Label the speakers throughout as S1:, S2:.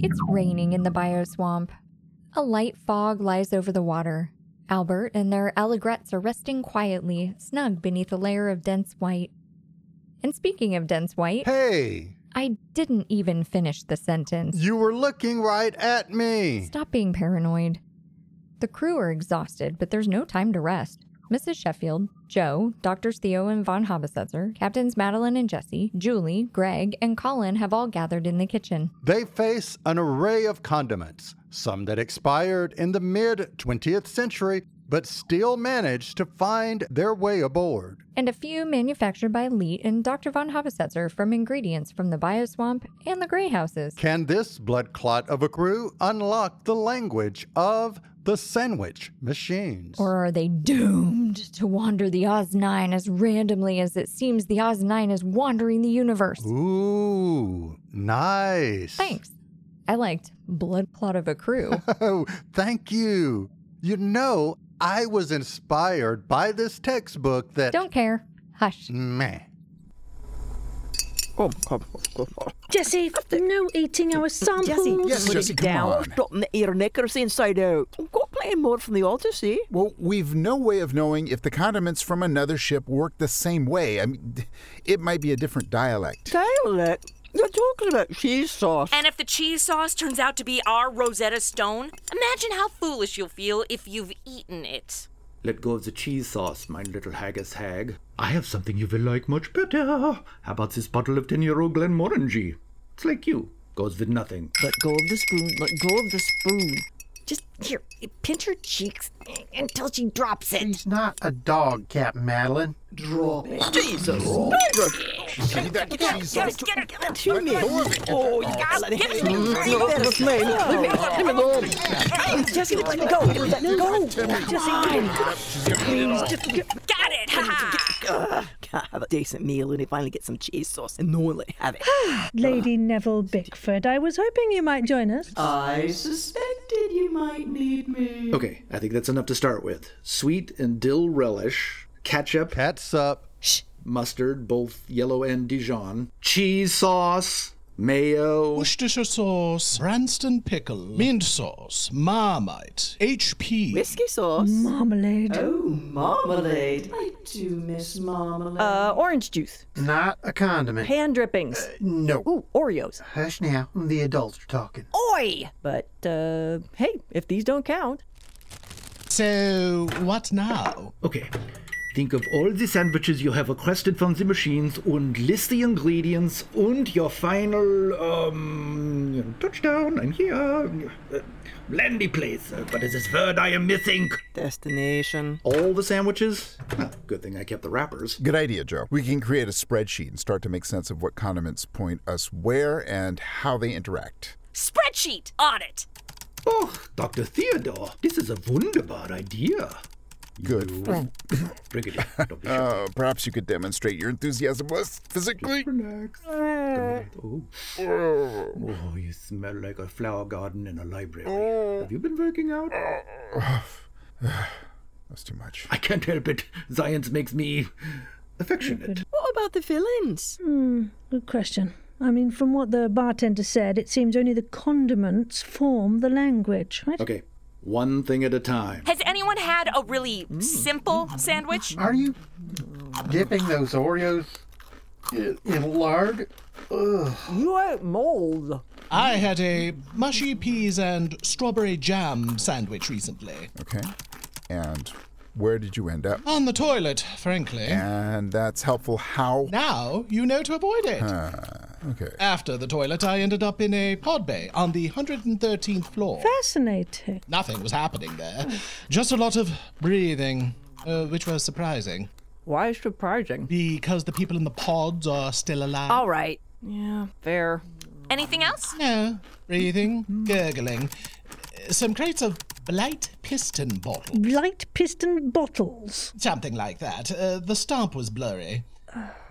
S1: It's raining in the bioswamp. A light fog lies over the water. Albert and their allegrettes are resting quietly, snug beneath a layer of dense white. And speaking of dense white,
S2: Hey,
S1: I didn't even finish the sentence.
S2: you were looking right at me.
S1: Stop being paranoid. The crew are exhausted, but there's no time to rest. Mrs. Sheffield, Joe, Doctors Theo and von Habessetzer, Captains Madeline and Jesse, Julie, Greg, and Colin have all gathered in the kitchen.
S2: They face an array of condiments, some that expired in the mid 20th century, but still managed to find their way aboard.
S1: and a few manufactured by Leet and Dr. von Habesetzer from ingredients from the Bioswamp and the Grey Houses.
S2: Can this blood clot of a crew unlock the language of the sandwich machines?
S1: Or are they doomed to wander the Oz Nine as randomly as it seems the Oz Nine is wandering the universe?
S2: Ooh, nice.
S1: Thanks. I liked Blood Clot of a Crew.
S2: Oh, thank you. You know, I was inspired by this textbook that.
S1: Don't care. Hush.
S2: Meh.
S3: Come, come, come, come.
S4: Jesse, no eating our samples.
S3: put
S5: Jesse,
S3: it
S5: come
S3: down.
S5: on.
S3: Stop the ear knickers inside out. Go play more from the Odyssey.
S5: Well, we've no way of knowing if the condiments from another ship work the same way. I mean, d- it might be a different dialect.
S3: Dialect. You're talking about cheese sauce.
S6: And if the cheese sauce turns out to be our Rosetta Stone, imagine how foolish you'll feel if you've eaten it.
S7: Let go of the cheese sauce, my little haggis hag. I have something you will like much better. How about this bottle of 10 year old Glenmorangie? It's like you. Goes with nothing.
S3: Let go of the spoon. Let go of the spoon.
S4: Just here, pinch her cheeks until she drops it.
S8: She's not a dog, Captain Madeline. Drop it.
S3: Jesus.
S5: See that cheese
S6: Get
S5: sauce?
S6: it, get it, get it.
S3: Too many. Oh, Mm-hmm. you gotta
S6: Get it,
S3: hang
S6: you
S3: on.
S6: dirty
S3: No,
S6: bastard.
S3: that's mine. Let me- let me go. Hey, Jesse, let go. Let go. Jesse, please, just get-
S6: Got it! Ha
S3: Ugh, Can't have a decent meal and you finally get some cheese sauce and no one let you have it.
S4: Lady Neville Bickford, I was hoping you might join us.
S3: I suspected you might need me.
S7: Okay, I think that's enough to start with. Sweet and dill relish, ketchup,
S2: Cat's up.
S7: mustard, both yellow and Dijon, cheese sauce, mayo.
S9: Worcestershire sauce, Branston pickle, mint sauce, Marmite, HP.
S3: Whiskey sauce.
S4: Marmalade.
S3: Oh, marmalade. I do miss marmalade. Uh, orange juice.
S8: Not a condiment. Uh,
S3: Pan drippings.
S8: No.
S3: Ooh, Oreos.
S8: Hush now. The adults are talking.
S3: Oi! But, uh, hey, if these don't count.
S9: So, uh, what now?
S7: Okay. Think of all the sandwiches you have requested from the machines and list the ingredients and your final um you know, touchdown. I'm here. Uh, landy place. Uh, what is this word I am missing?
S3: Destination.
S7: All the sandwiches? Huh, good thing I kept the wrappers.
S5: Good idea, Joe. We can create a spreadsheet and start to make sense of what condiments point us where and how they interact.
S6: Spreadsheet! Audit!
S7: Oh, Dr. Theodore, this is a wunderbar idea.
S5: Good.
S7: Friend.
S5: Uh, perhaps you could demonstrate your enthusiasm less physically.
S7: Relax. Oh. oh, you smell like a flower garden in a library. Have you been working out?
S5: That's too much.
S7: I can't help it. Science makes me affectionate.
S10: What about the fill ins? Hmm, good question. I mean, from what the bartender said, it seems only the condiments form the language, right?
S7: Okay, one thing at a time.
S6: Has anyone had a really simple sandwich?
S8: Are you dipping those Oreos in, in lard? Ugh.
S9: You ate mold. I had a mushy peas and strawberry jam sandwich recently.
S5: Okay. And where did you end up?
S9: On the toilet, frankly.
S5: And that's helpful. How?
S9: Now you know to avoid it.
S5: Ah, okay.
S9: After the toilet, I ended up in a pod bay on the 113th floor.
S10: Fascinating.
S9: Nothing was happening there, just a lot of breathing, uh, which was surprising.
S11: Why surprising?
S9: Because the people in the pods are still alive.
S11: All right. Yeah, fair.
S6: Anything else?
S9: No. Breathing, gurgling, uh, some crates of blight piston bottles.
S10: Light piston bottles.
S9: Something like that. Uh, the stamp was blurry.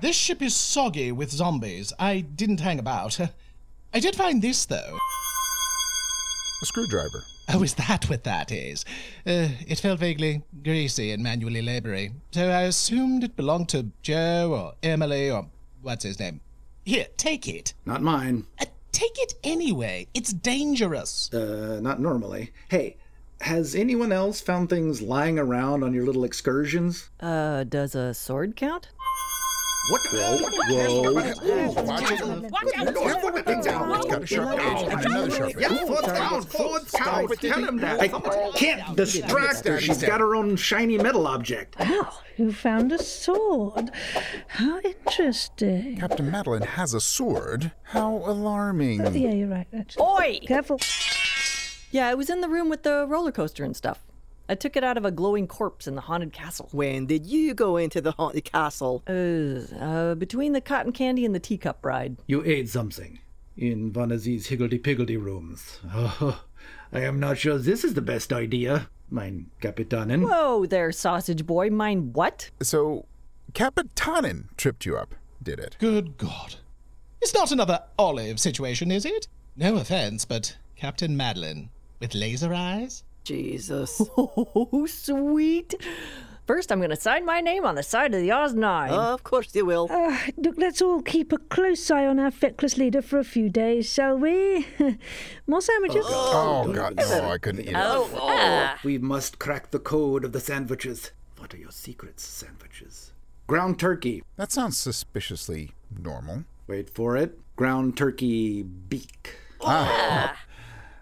S9: This ship is soggy with zombies. I didn't hang about. I did find this, though.
S5: A screwdriver.
S9: Oh, is that what that is? Uh, it felt vaguely greasy and manually laboury, so I assumed it belonged to Joe or Emily or what's his name. Here, take it.
S7: Not mine.
S9: Uh, take it anyway. It's dangerous.
S7: Uh, not normally. Hey, has anyone else found things lying around on your little excursions?
S11: Uh, does a sword count?
S7: What? Whoa, whoa, whoa.
S5: Watch it. It's got a sharp edge and another sharp edge.
S7: Yeah, foot down, foot down. Tell him that. I can't distract her. She's got her own shiny metal object.
S10: Wow, you found a sword. How interesting.
S5: Captain Madeline has a sword. How
S10: Oh,
S5: alarming.
S10: yeah, you're right. Actually. Oi! Careful.
S11: Yeah, it was in the room with the roller coaster and stuff. I took it out of a glowing corpse in the haunted castle.
S12: When did you go into the haunted castle?
S11: Uh, uh, between the cotton candy and the teacup ride.
S7: You ate something in one of these higgledy-piggledy rooms. Oh, I am not sure this is the best idea, mein Kapitanen.
S11: Whoa there, sausage boy. Mine what?
S5: So, Capitanen tripped you up, did it?
S9: Good God. It's not another olive situation, is it? No offense, but Captain Madeline with laser eyes?
S12: Jesus.
S11: Oh, sweet. First, I'm going to sign my name on the side of the Oz Nine.
S12: Of course you will.
S10: Uh, look, let's all keep a close eye on our feckless leader for a few days, shall we? More sandwiches?
S5: Oh, God, no, I couldn't eat it.
S7: Oh, we must crack the code of the sandwiches. What are your secrets, sandwiches? Ground turkey.
S5: That sounds suspiciously normal.
S7: Wait for it. Ground turkey beak.
S5: Ah,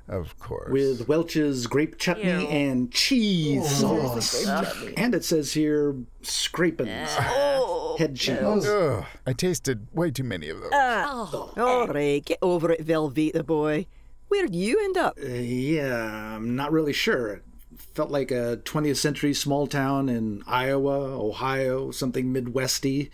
S5: of course.
S7: With Welch's grape chutney
S5: Ew. Oh,
S7: and cheese sauce. And it says here, scrapins.
S5: Oh.
S7: Head cheese.
S5: Ugh, I tasted way too many of those.
S6: Oh.
S12: Ah, all right, get over it, Velveeta boy. Where'd you end up?
S7: Uh, yeah, I'm not really sure. It felt like a 20th century small town in Iowa, Ohio, something Midwesty.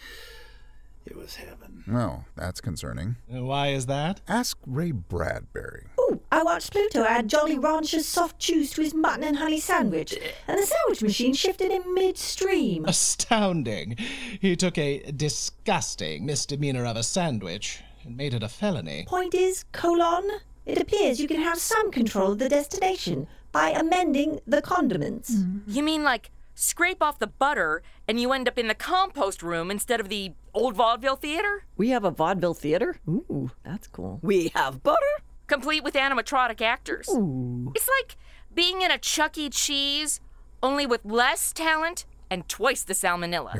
S7: It was heaven.
S5: Well, that's concerning.
S9: Uh, Why is that?
S5: Ask Ray Bradbury.
S13: I watched Pluto add Jolly Rancher's soft chews to his mutton and honey sandwich, and the sandwich machine shifted in midstream.
S9: Astounding. He took a disgusting misdemeanor of a sandwich and made it a felony.
S13: Point is, colon, it appears you can have some control of the destination by amending the condiments.
S12: Hmm.
S6: You mean like scrape off the butter and you end up in the compost room instead of the old vaudeville theater?
S11: We have a vaudeville theater? Ooh, that's cool.
S12: We have butter.
S6: Complete with animatronic actors.
S11: Ooh.
S6: It's like being in a Chuck E. Cheese, only with less talent and twice the salmonella.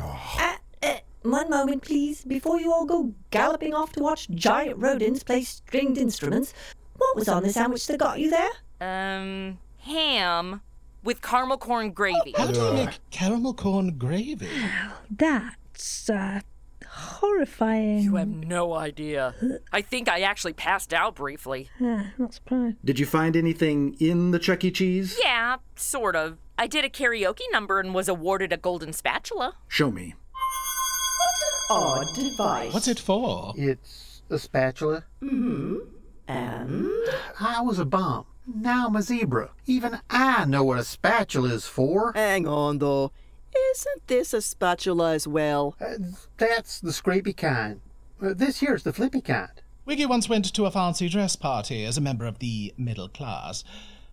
S13: One moment, please, before you all go galloping off to watch giant rodents play stringed instruments. What was on the sandwich that got you there?
S6: Um, ham with caramel corn gravy.
S9: How do you make caramel corn gravy?
S10: That's uh, horrifying.
S6: You have no idea. I think I actually passed out briefly.
S10: Ah, not surprised.
S7: Did you find anything in the Chuck E. Cheese?
S6: Yeah, sort of. I did a karaoke number and was awarded a golden spatula.
S7: Show me.
S13: Odd device.
S9: What's it for?
S8: It's a spatula.
S13: Mm-hmm. And?
S8: I was a bum. Now I'm a zebra. Even I know what a spatula is for.
S12: Hang on, though. Isn't this a spatula as well?
S8: Uh, that's the scrapey kind. Uh, this here's the flippy kind.
S9: Wiggy once went to a fancy dress party as a member of the middle class.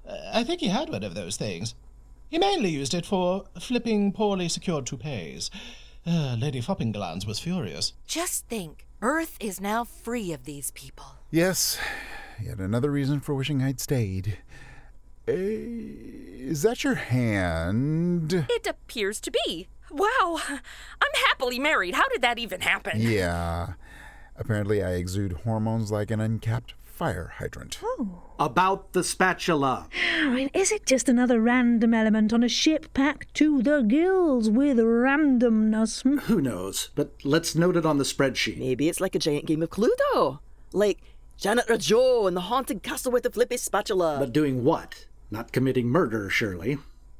S9: Uh, I think he had one of those things. He mainly used it for flipping poorly secured toupees. Uh, Lady Foppinglands was furious.
S6: Just think, Earth is now free of these people.
S5: Yes, yet another reason for wishing I'd stayed. Eh, is that your hand?
S6: It appears to be. Wow, I'm happily married. How did that even happen?
S5: Yeah. Apparently, I exude hormones like an uncapped fire hydrant.
S14: About the spatula.
S10: Oh, I mean, is it just another random element on a ship packed to the gills with randomness? Hmm?
S14: Who knows? But let's note it on the spreadsheet.
S12: Maybe it's like a giant game of Cluedo. Like Janitor Joe in the haunted castle with the flippy spatula.
S14: But doing what? Not committing murder, surely.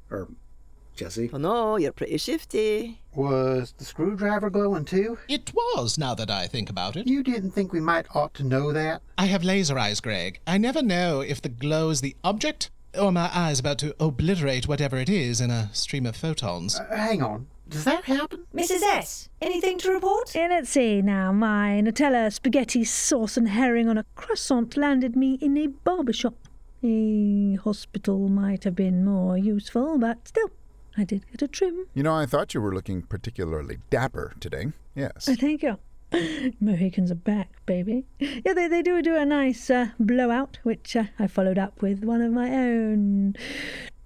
S14: Or Jesse?
S12: Oh no, you're pretty shifty.
S8: Was the screwdriver glowing too?
S9: It was, now that I think about it.
S8: You didn't think we might ought to know that?
S9: I have laser eyes, Greg. I never know if the glow is the object or my eyes about to obliterate whatever it is in a stream of photons.
S8: Uh, hang on. Does that happen?
S13: Mrs. S, anything to report?
S10: Eh, Let's see now. My Nutella spaghetti sauce and herring on a croissant landed me in a barber shop. A hospital might have been more useful, but still, I did get a trim.
S5: You know, I thought you were looking particularly dapper today. Yes.
S10: I thank you. Mohicans are back, baby. Yeah, they, they do do a nice uh, blowout, which uh, I followed up with one of my own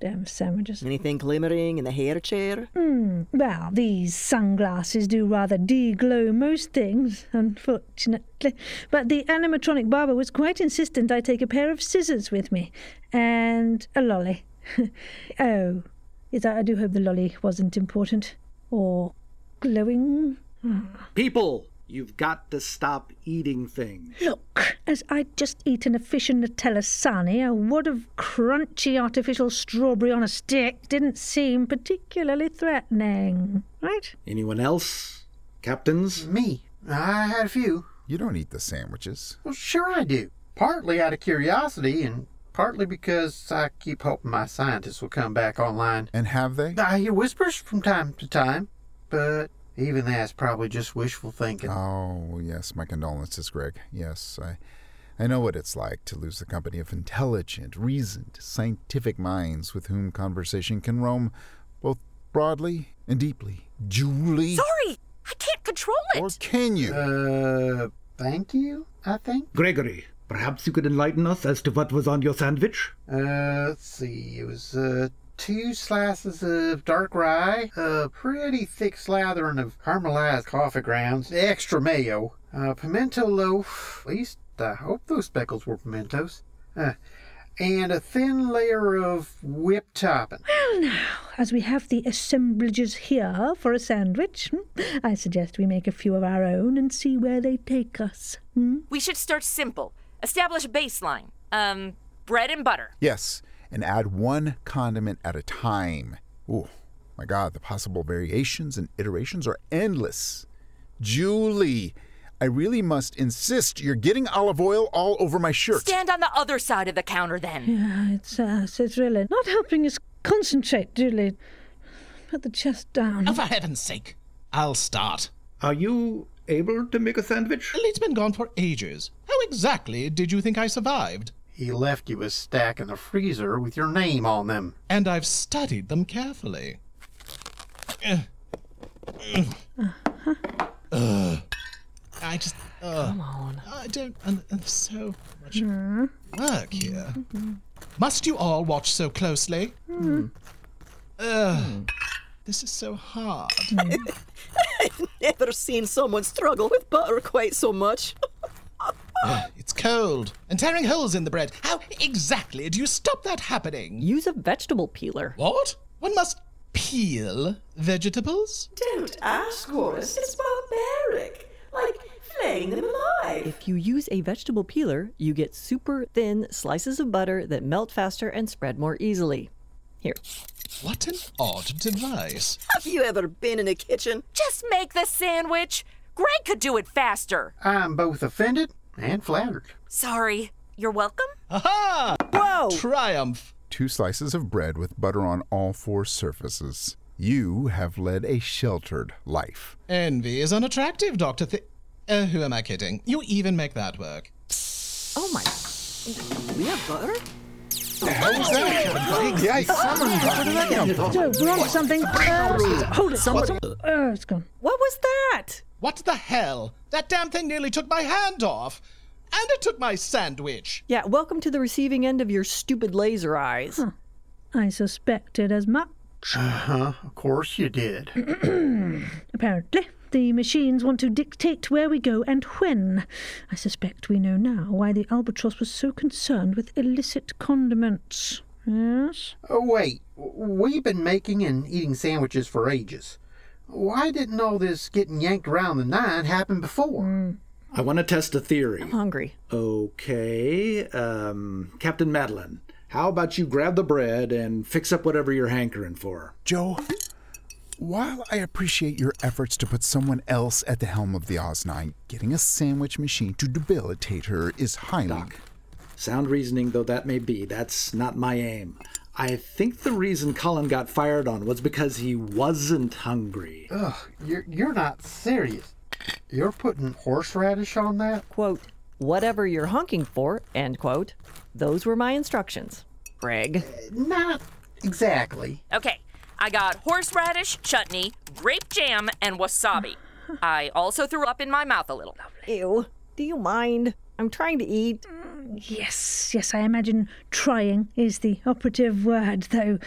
S10: damn sandwiches.
S12: Anything glimmering in the hair chair?
S10: Hmm. Well, these sunglasses do rather deglow most things, unfortunately. But the animatronic barber was quite insistent I take a pair of scissors with me and a lolly. oh, yes, I I do hope the lolly wasn't important or glowing. Hmm.
S14: People, you've got to stop eating things.
S10: Look, as I'd just eaten a fish and Nutella sarnie, a wad of crunchy artificial strawberry on a stick didn't seem particularly threatening, right?
S14: Anyone else? Captains?
S8: Me. I had a few.
S5: You don't eat the sandwiches.
S8: Well, sure I do. Partly out of curiosity and partly because I keep hoping my scientists will come back online.
S5: And have they?
S8: I hear whispers from time to time, but even that's probably just wishful thinking.
S5: Oh, yes, my condolences, Greg. Yes, I I know what it's like to lose the company of intelligent, reasoned, scientific minds with whom conversation can roam both broadly and deeply. Julie?
S6: Sorry, I can't control it.
S5: Or can you?
S8: Uh, thank you, I think.
S14: Gregory, perhaps you could enlighten us as to what was on your sandwich?
S8: Uh, let's see. It was uh, two slices of dark rye, a pretty thick slathering of caramelized coffee grounds, extra mayo, a pimento loaf. At least I hope those speckles were pimentos. Uh, and a thin layer of whipped topping.
S10: Well, now, as we have the assemblages here for a sandwich, hmm, I suggest we make a few of our own and see where they take us. Hmm?
S6: We should start simple. Establish a baseline. Um, bread and butter.
S5: Yes, and add one condiment at a time. Ooh, my God, the possible variations and iterations are endless. Julie, I really must insist you're getting olive oil all over my shirt.
S6: Stand on the other side of the counter then.
S10: Yeah, it's, uh, it's really not helping us concentrate, Julie. Put the chest down.
S9: Oh, for heaven's sake. I'll start.
S14: Are you able to make a sandwich?
S9: It's been gone for ages. How exactly did you think I survived?
S8: He left you a stack in the freezer with your name on them.
S9: And I've studied them carefully. Uh, Ugh. Ugh. Ugh. uh, I just. uh, ugh. I don't. un- un- so much
S6: Mm-hmm.
S9: work here. Must you all watch so closely? Ugh. This is so hard.
S12: Never seen someone struggle with butter quite so much.
S9: Ugh, it's cold and tearing holes in the bread. How exactly do you stop that happening?
S11: Use a vegetable peeler.
S9: What? One must peel vegetables?
S3: Don't ask, Horace. It's barbaric. Like flaying them alive.
S11: If you use a vegetable peeler, you get super thin slices of butter that melt faster and spread more easily. Here.
S9: What an odd device.
S12: Have you ever been in a kitchen?
S6: Just make the sandwich. Greg could do it faster.
S8: I'm both offended and flattered.
S6: Sorry. You're welcome.
S9: Aha!
S12: Whoa!
S9: Triumph!
S5: Two slices of bread with butter on all four surfaces. You have led a sheltered life.
S9: Envy is unattractive, Dr. Thi. Uh, who am I kidding? You even make that work.
S1: Oh my.
S12: We have butter?
S9: The hell was that?
S10: Yeah, I summoned No, we want something. Uh, hold it.
S9: Someone-
S10: Uh, it's gone.
S9: What was that? What the hell? That damn thing nearly took my hand off. And it took my sandwich.
S11: Yeah, welcome to the receiving end of your stupid laser eyes.
S10: I suspected as much.
S8: Uh huh. Of course you did.
S10: Apparently, the machines want to dictate where we go and when. I suspect we know now why the albatross was so concerned with illicit condiments. Yes?
S8: Oh, wait. We've been making and eating sandwiches for ages. Why didn't all this getting yanked around the nine happen before?
S14: I want to test a theory.
S11: Mm, Hungry.
S14: Okay, um, Captain Madeline, how about you grab the bread and fix up whatever you're hankering for?
S5: Joe, while I appreciate your efforts to put someone else at the helm of the Oz9, getting a sandwich machine to debilitate her is highly.
S14: Sound reasoning though that may be, that's not my aim. I think the reason Colin got fired on was because he wasn't hungry.
S8: Ugh, you're, you're not serious. You're putting horseradish on that?
S11: Quote, whatever you're honking for, end quote. Those were my instructions. Greg.
S8: Not exactly.
S6: Okay, I got horseradish, chutney, grape jam, and wasabi. I also threw up in my mouth a little.
S13: Ew. Do you mind? I'm trying to eat.
S10: Mm, Yes, yes, I imagine trying is the operative word, though.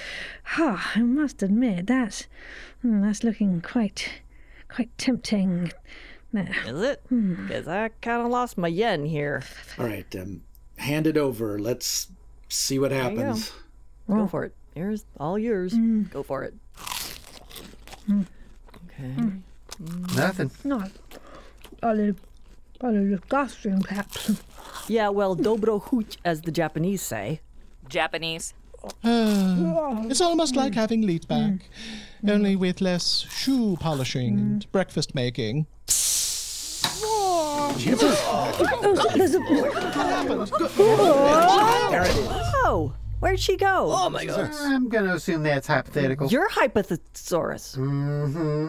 S10: Ah, I must admit, that's, hmm, that's looking quite, quite tempting. Now,
S11: Is it? Because I kind of lost my yen here.
S14: All right, um, hand it over. Let's see what
S11: There you go.
S14: happens.
S11: Go for it. Here's all yours. Go for it. Okay.
S8: Nothing.
S10: not a little disgusting, perhaps.
S11: Yeah, well, dobro hooch, as the Japanese say.
S6: Japanese.
S9: Mm. it's almost like having leet back, only with less shoe polishing and breakfast making.
S10: Oh, there's a.
S11: Oh, where'd she go? Oh my
S8: I'm going to assume that's hypothetical.
S11: You're hypothesaurus.
S8: Mm-hmm.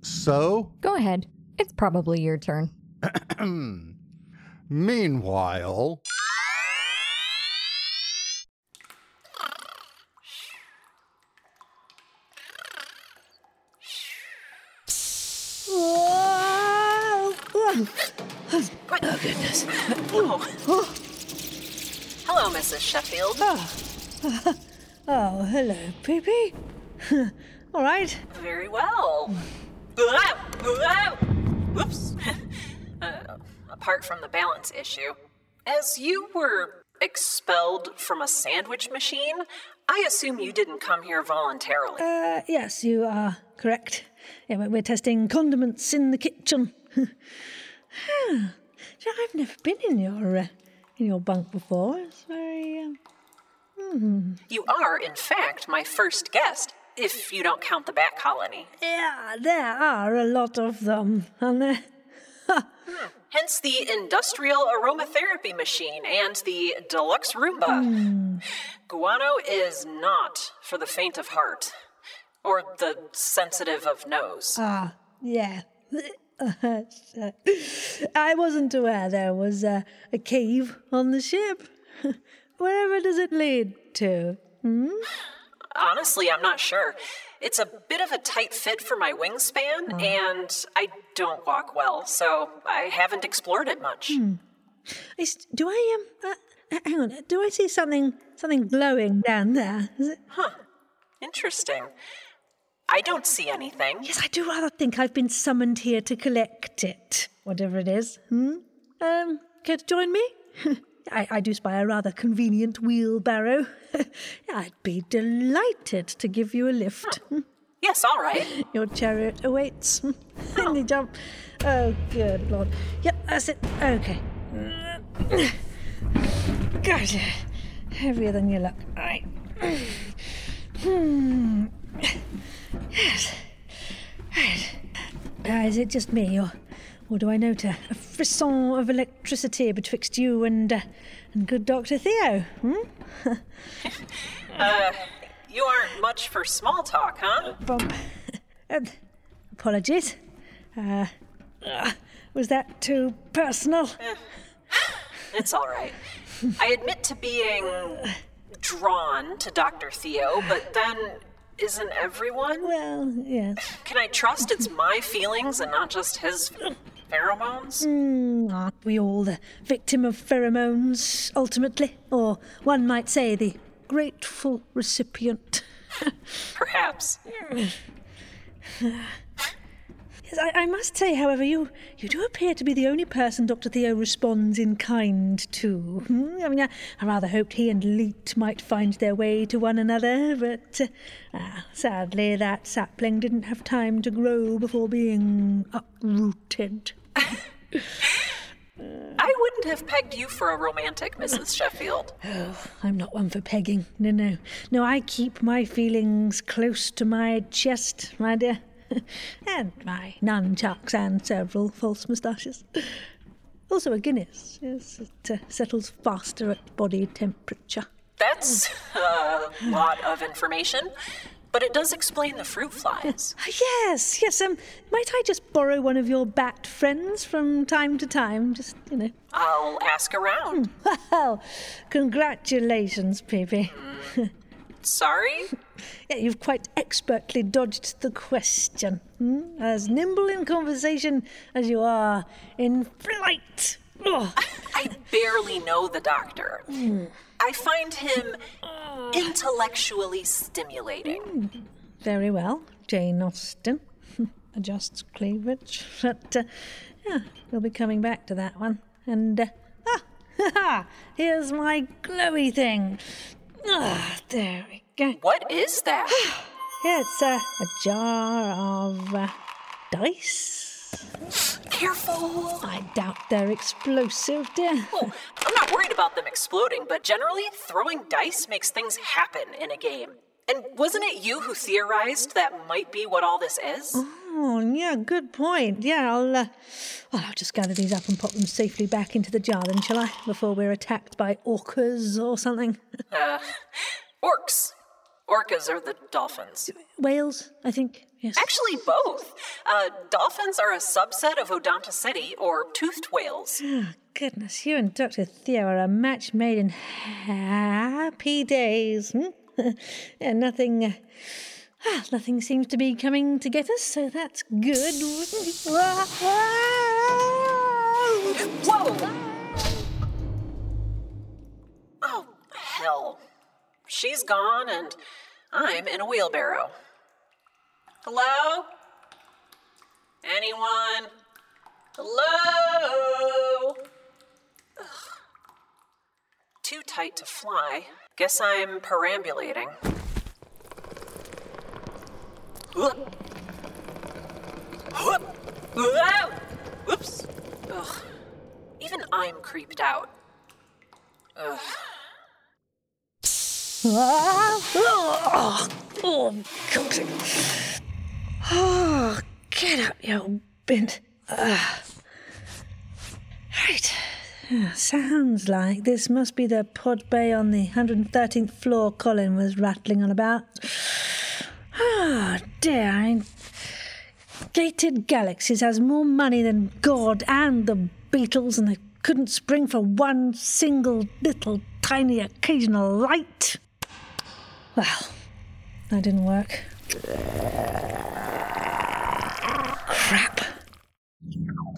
S2: So?
S1: Go ahead. It's probably your turn.
S2: Meanwhile.
S3: Oh, goodness. Oh. Hello, Mrs. Sheffield.
S10: Oh, hello, Pippi. All right.
S3: Very well. Oops. Uh, apart from the balance issue, as you were expelled from a sandwich machine, I assume you didn't come here voluntarily.
S10: Uh, yes, you are correct. Yeah, we're, we're testing condiments in the kitchen. Ah, so I've never been in your uh, in your bunk before. It's very. Um, hmm.
S3: You are, in fact, my first guest, if you don't count the bat colony.
S10: Yeah, there are a lot of them, and they're
S3: Hence the industrial aromatherapy machine and the deluxe Roomba.
S10: Hmm.
S3: Guano is not for the faint of heart or the sensitive of nose.
S10: Ah, yeah. I wasn't aware there was a, a cave on the ship. Wherever does it lead to? Hmm?
S3: honestly, I'm not sure. It's a bit of a tight fit for my wingspan,
S10: Mm.
S3: and I don't walk well, so I haven't explored it much.
S10: Hmm. Is, do I um? Uh, uh, hang on. Do I see something something glowing down there? Is it?
S3: Huh. Interesting. I don't see anything.
S10: Yes, I do rather think I've been summoned here to collect it, whatever it is. Hmm. Um. Care to join me? I, I do spy a rather convenient wheelbarrow. I'd be delighted to give you a lift.
S3: Yes, Oh, all right. Oh.
S10: Your chariot awaits. In the jump. Oh, good lord. Yep, that's it. Okay. God, heavier than you look. All right. Hmm. Yes. Right. Uh, is it just me, or, or do I note a, a frisson of electricity betwixt you and uh, and good Doctor Theo? Hmm?
S3: Uh, you aren't much for small talk, huh?
S10: Bump. Uh, apologies. Uh, ugh, was that too personal?
S3: It's all right. I admit to being drawn to Dr. Theo, but then isn't everyone?
S10: Well, yes.
S3: Can I trust it's my feelings and not just his pheromones?
S10: Mm, aren't we all the victim of pheromones, ultimately? Or one might say the grateful recipient.
S3: Perhaps.
S10: Yes, I, I must say, however, you, you do appear to be the only person Dr. Theo responds in kind to. Hmm, I mean, I, I rather hoped he and Leet might find their way to one another, but uh, ah, sadly, that sapling didn't have time to grow before being uprooted.
S3: I wouldn't have pegged you for a romantic, Mrs. Sheffield.
S10: Oh, I'm not one for pegging. No, no. No, I keep my feelings close to my chest, my dear. and my nunchucks and several false moustaches. Also a Guinness. Yes, it uh, settles faster at body temperature.
S3: That's a lot of information, but it does explain the fruit flies.
S10: Yes, yes. Um, might I just borrow one of your bat friends from time to time? Just you know. Hmm.
S3: I'll ask around.
S10: Well, congratulations, Phoebe.
S3: Sorry?
S10: Yeah, you've quite expertly dodged the question. Hmm? As nimble in conversation as you are in flight. Ugh.
S3: I barely know the doctor.
S10: Hmm.
S3: I find him intellectually stimulating.
S10: Very well, Jane Austen. Adjusts cleavage. But, uh, yeah, we'll be coming back to that one. And, uh, ah, ha ha! Here's my glowy thing. Ah, there we go.
S3: What is that?
S10: Yeah, it's uh, a jar of uh, dice.
S3: Careful!
S10: I doubt they're explosive, dear.
S3: Oh, I'm not worried about them exploding, but generally, throwing dice makes things happen in a game. And wasn't it you who theorized that might be what all this is?
S10: Oh, yeah, good point. Yeah, I'll, uh, well, I'll just gather these up and pop them safely back into the jar, then, shall I? Before we're attacked by orcas or something.
S3: Uh, orcs. Orcas are the dolphins.
S10: Whales, I think. Yes.
S3: Actually, both. Uh, dolphins are a subset of Odontoceti, or toothed whales.
S10: Oh, goodness, you and Dr. Theo are a match made in happy days. Hmm? yeah, nothing. Uh, ah, nothing seems to be coming to get us, so that's good.
S3: Whoa! Oh, hell. She's gone, and I'm in a wheelbarrow. Hello? Anyone? Hello? Ugh. Too tight to fly. Guess I'm perambulating. Whoop. Whoop. Whoa. Oops. Ugh. Even I'm creeped out. Ugh.
S10: oh, God. Oh, get out, you bint. Ah. Right. Ah, Sounds like this must be the pod bay on the 113th floor Colin was rattling on about. Ah, dear. I- Gated Galaxies has more money than God and the Beatles, and they couldn't spring for one single little tiny occasional light. Well, That didn't work.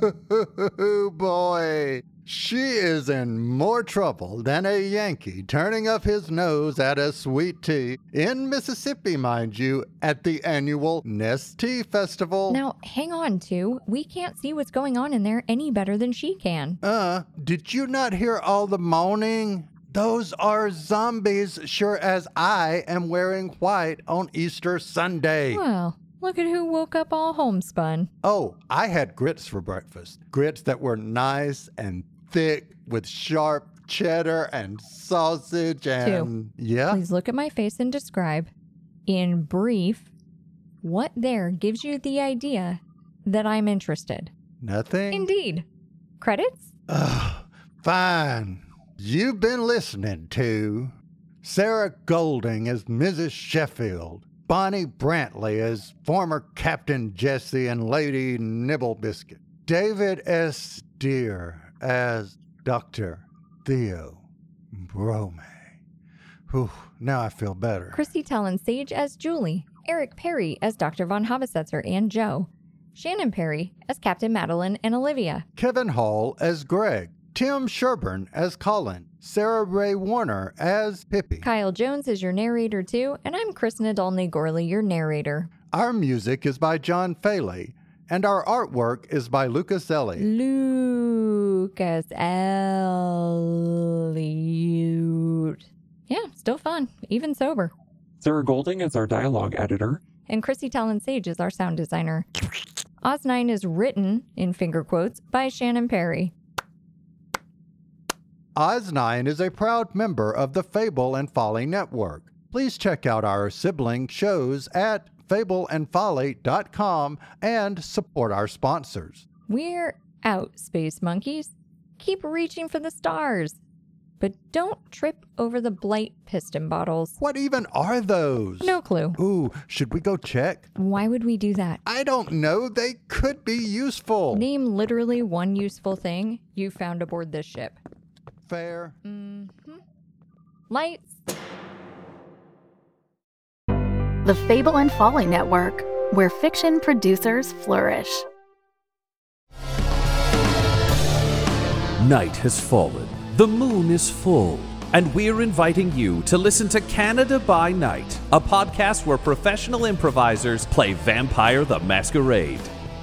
S2: Boy, she is in more trouble than a Yankee turning up his nose at a sweet tea in Mississippi, mind you, at the annual Nest Tea Festival.
S1: Now, hang on, too. We can't see what's going on in there any better than she can.
S2: Uh, did you not hear all the moaning? Those are zombies, sure as I am wearing white on Easter Sunday.
S1: Well, look at who woke up all homespun.
S2: Oh, I had grits for breakfast. Grits that were nice and thick with sharp cheddar and sausage and. Yeah?
S1: Please look at my face and describe, in brief, what there gives you the idea that I'm interested.
S2: Nothing?
S1: Indeed. Credits?
S2: Fine. You've been listening to Sarah Golding as Mrs. Sheffield, Bonnie Brantley as former Captain Jesse and Lady Nibble Biscuit, David S. Deer as Dr. Theo Brome. Whew, now I feel better.
S1: Christy Tallon Sage as Julie, Eric Perry as Dr. Von Habisetzer and Joe, Shannon Perry as Captain Madeline and Olivia,
S2: Kevin Hall as Greg, Tim Sherburn as Colin, Sarah Ray Warner as Pippi.
S1: Kyle Jones is your narrator too, and I'm Chris Nadolny Gorley, your narrator.
S2: Our music is by John Faley, and our artwork is by Lucas Ellie.
S1: Lucas Elliot. Yeah, still fun, even sober.
S15: Sarah Golding is our dialogue editor.
S1: And Chrissy Tallon Sage is our sound designer. Oz9 is written, in finger quotes, by Shannon Perry.
S2: Oz9 is a proud member of the Fable and Folly Network. Please check out our sibling shows at fableandfolly.com and support our sponsors.
S1: We're out, space monkeys. Keep reaching for the stars. But don't trip over the blight piston bottles.
S2: What even are those?
S1: No clue.
S2: Ooh, should we go check?
S1: Why would we do that?
S2: I don't know. They could be useful.
S1: Name literally one useful thing you found aboard this ship.
S2: Fair.
S1: hmm Lights.
S16: The Fable and Folly Network, where fiction producers flourish.
S17: Night has fallen, the moon is full, and we're inviting you to listen to Canada by Night, a podcast where professional improvisers play Vampire the Masquerade.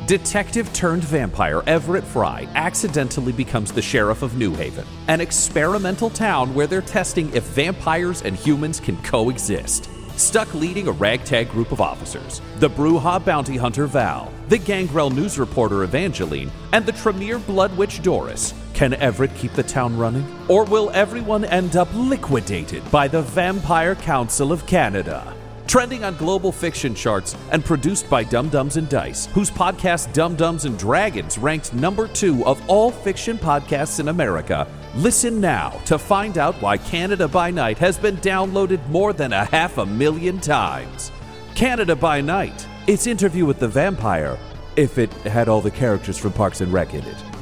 S17: Detective turned vampire Everett Fry accidentally becomes the sheriff of New Haven, an experimental town where they're testing if vampires and humans can coexist. Stuck leading a ragtag group of officers, the Bruja bounty hunter Val, the Gangrel news reporter Evangeline, and the Tremere blood witch Doris. Can Everett keep the town running? Or will everyone end up liquidated by the Vampire Council of Canada? Trending on global fiction charts and produced by Dum Dums and Dice, whose podcast Dum Dums and Dragons ranked number two of all fiction podcasts in America. Listen now to find out why Canada by Night has been downloaded more than a half a million times. Canada by Night, its interview with the vampire, if it had all the characters from Parks and Rec in it.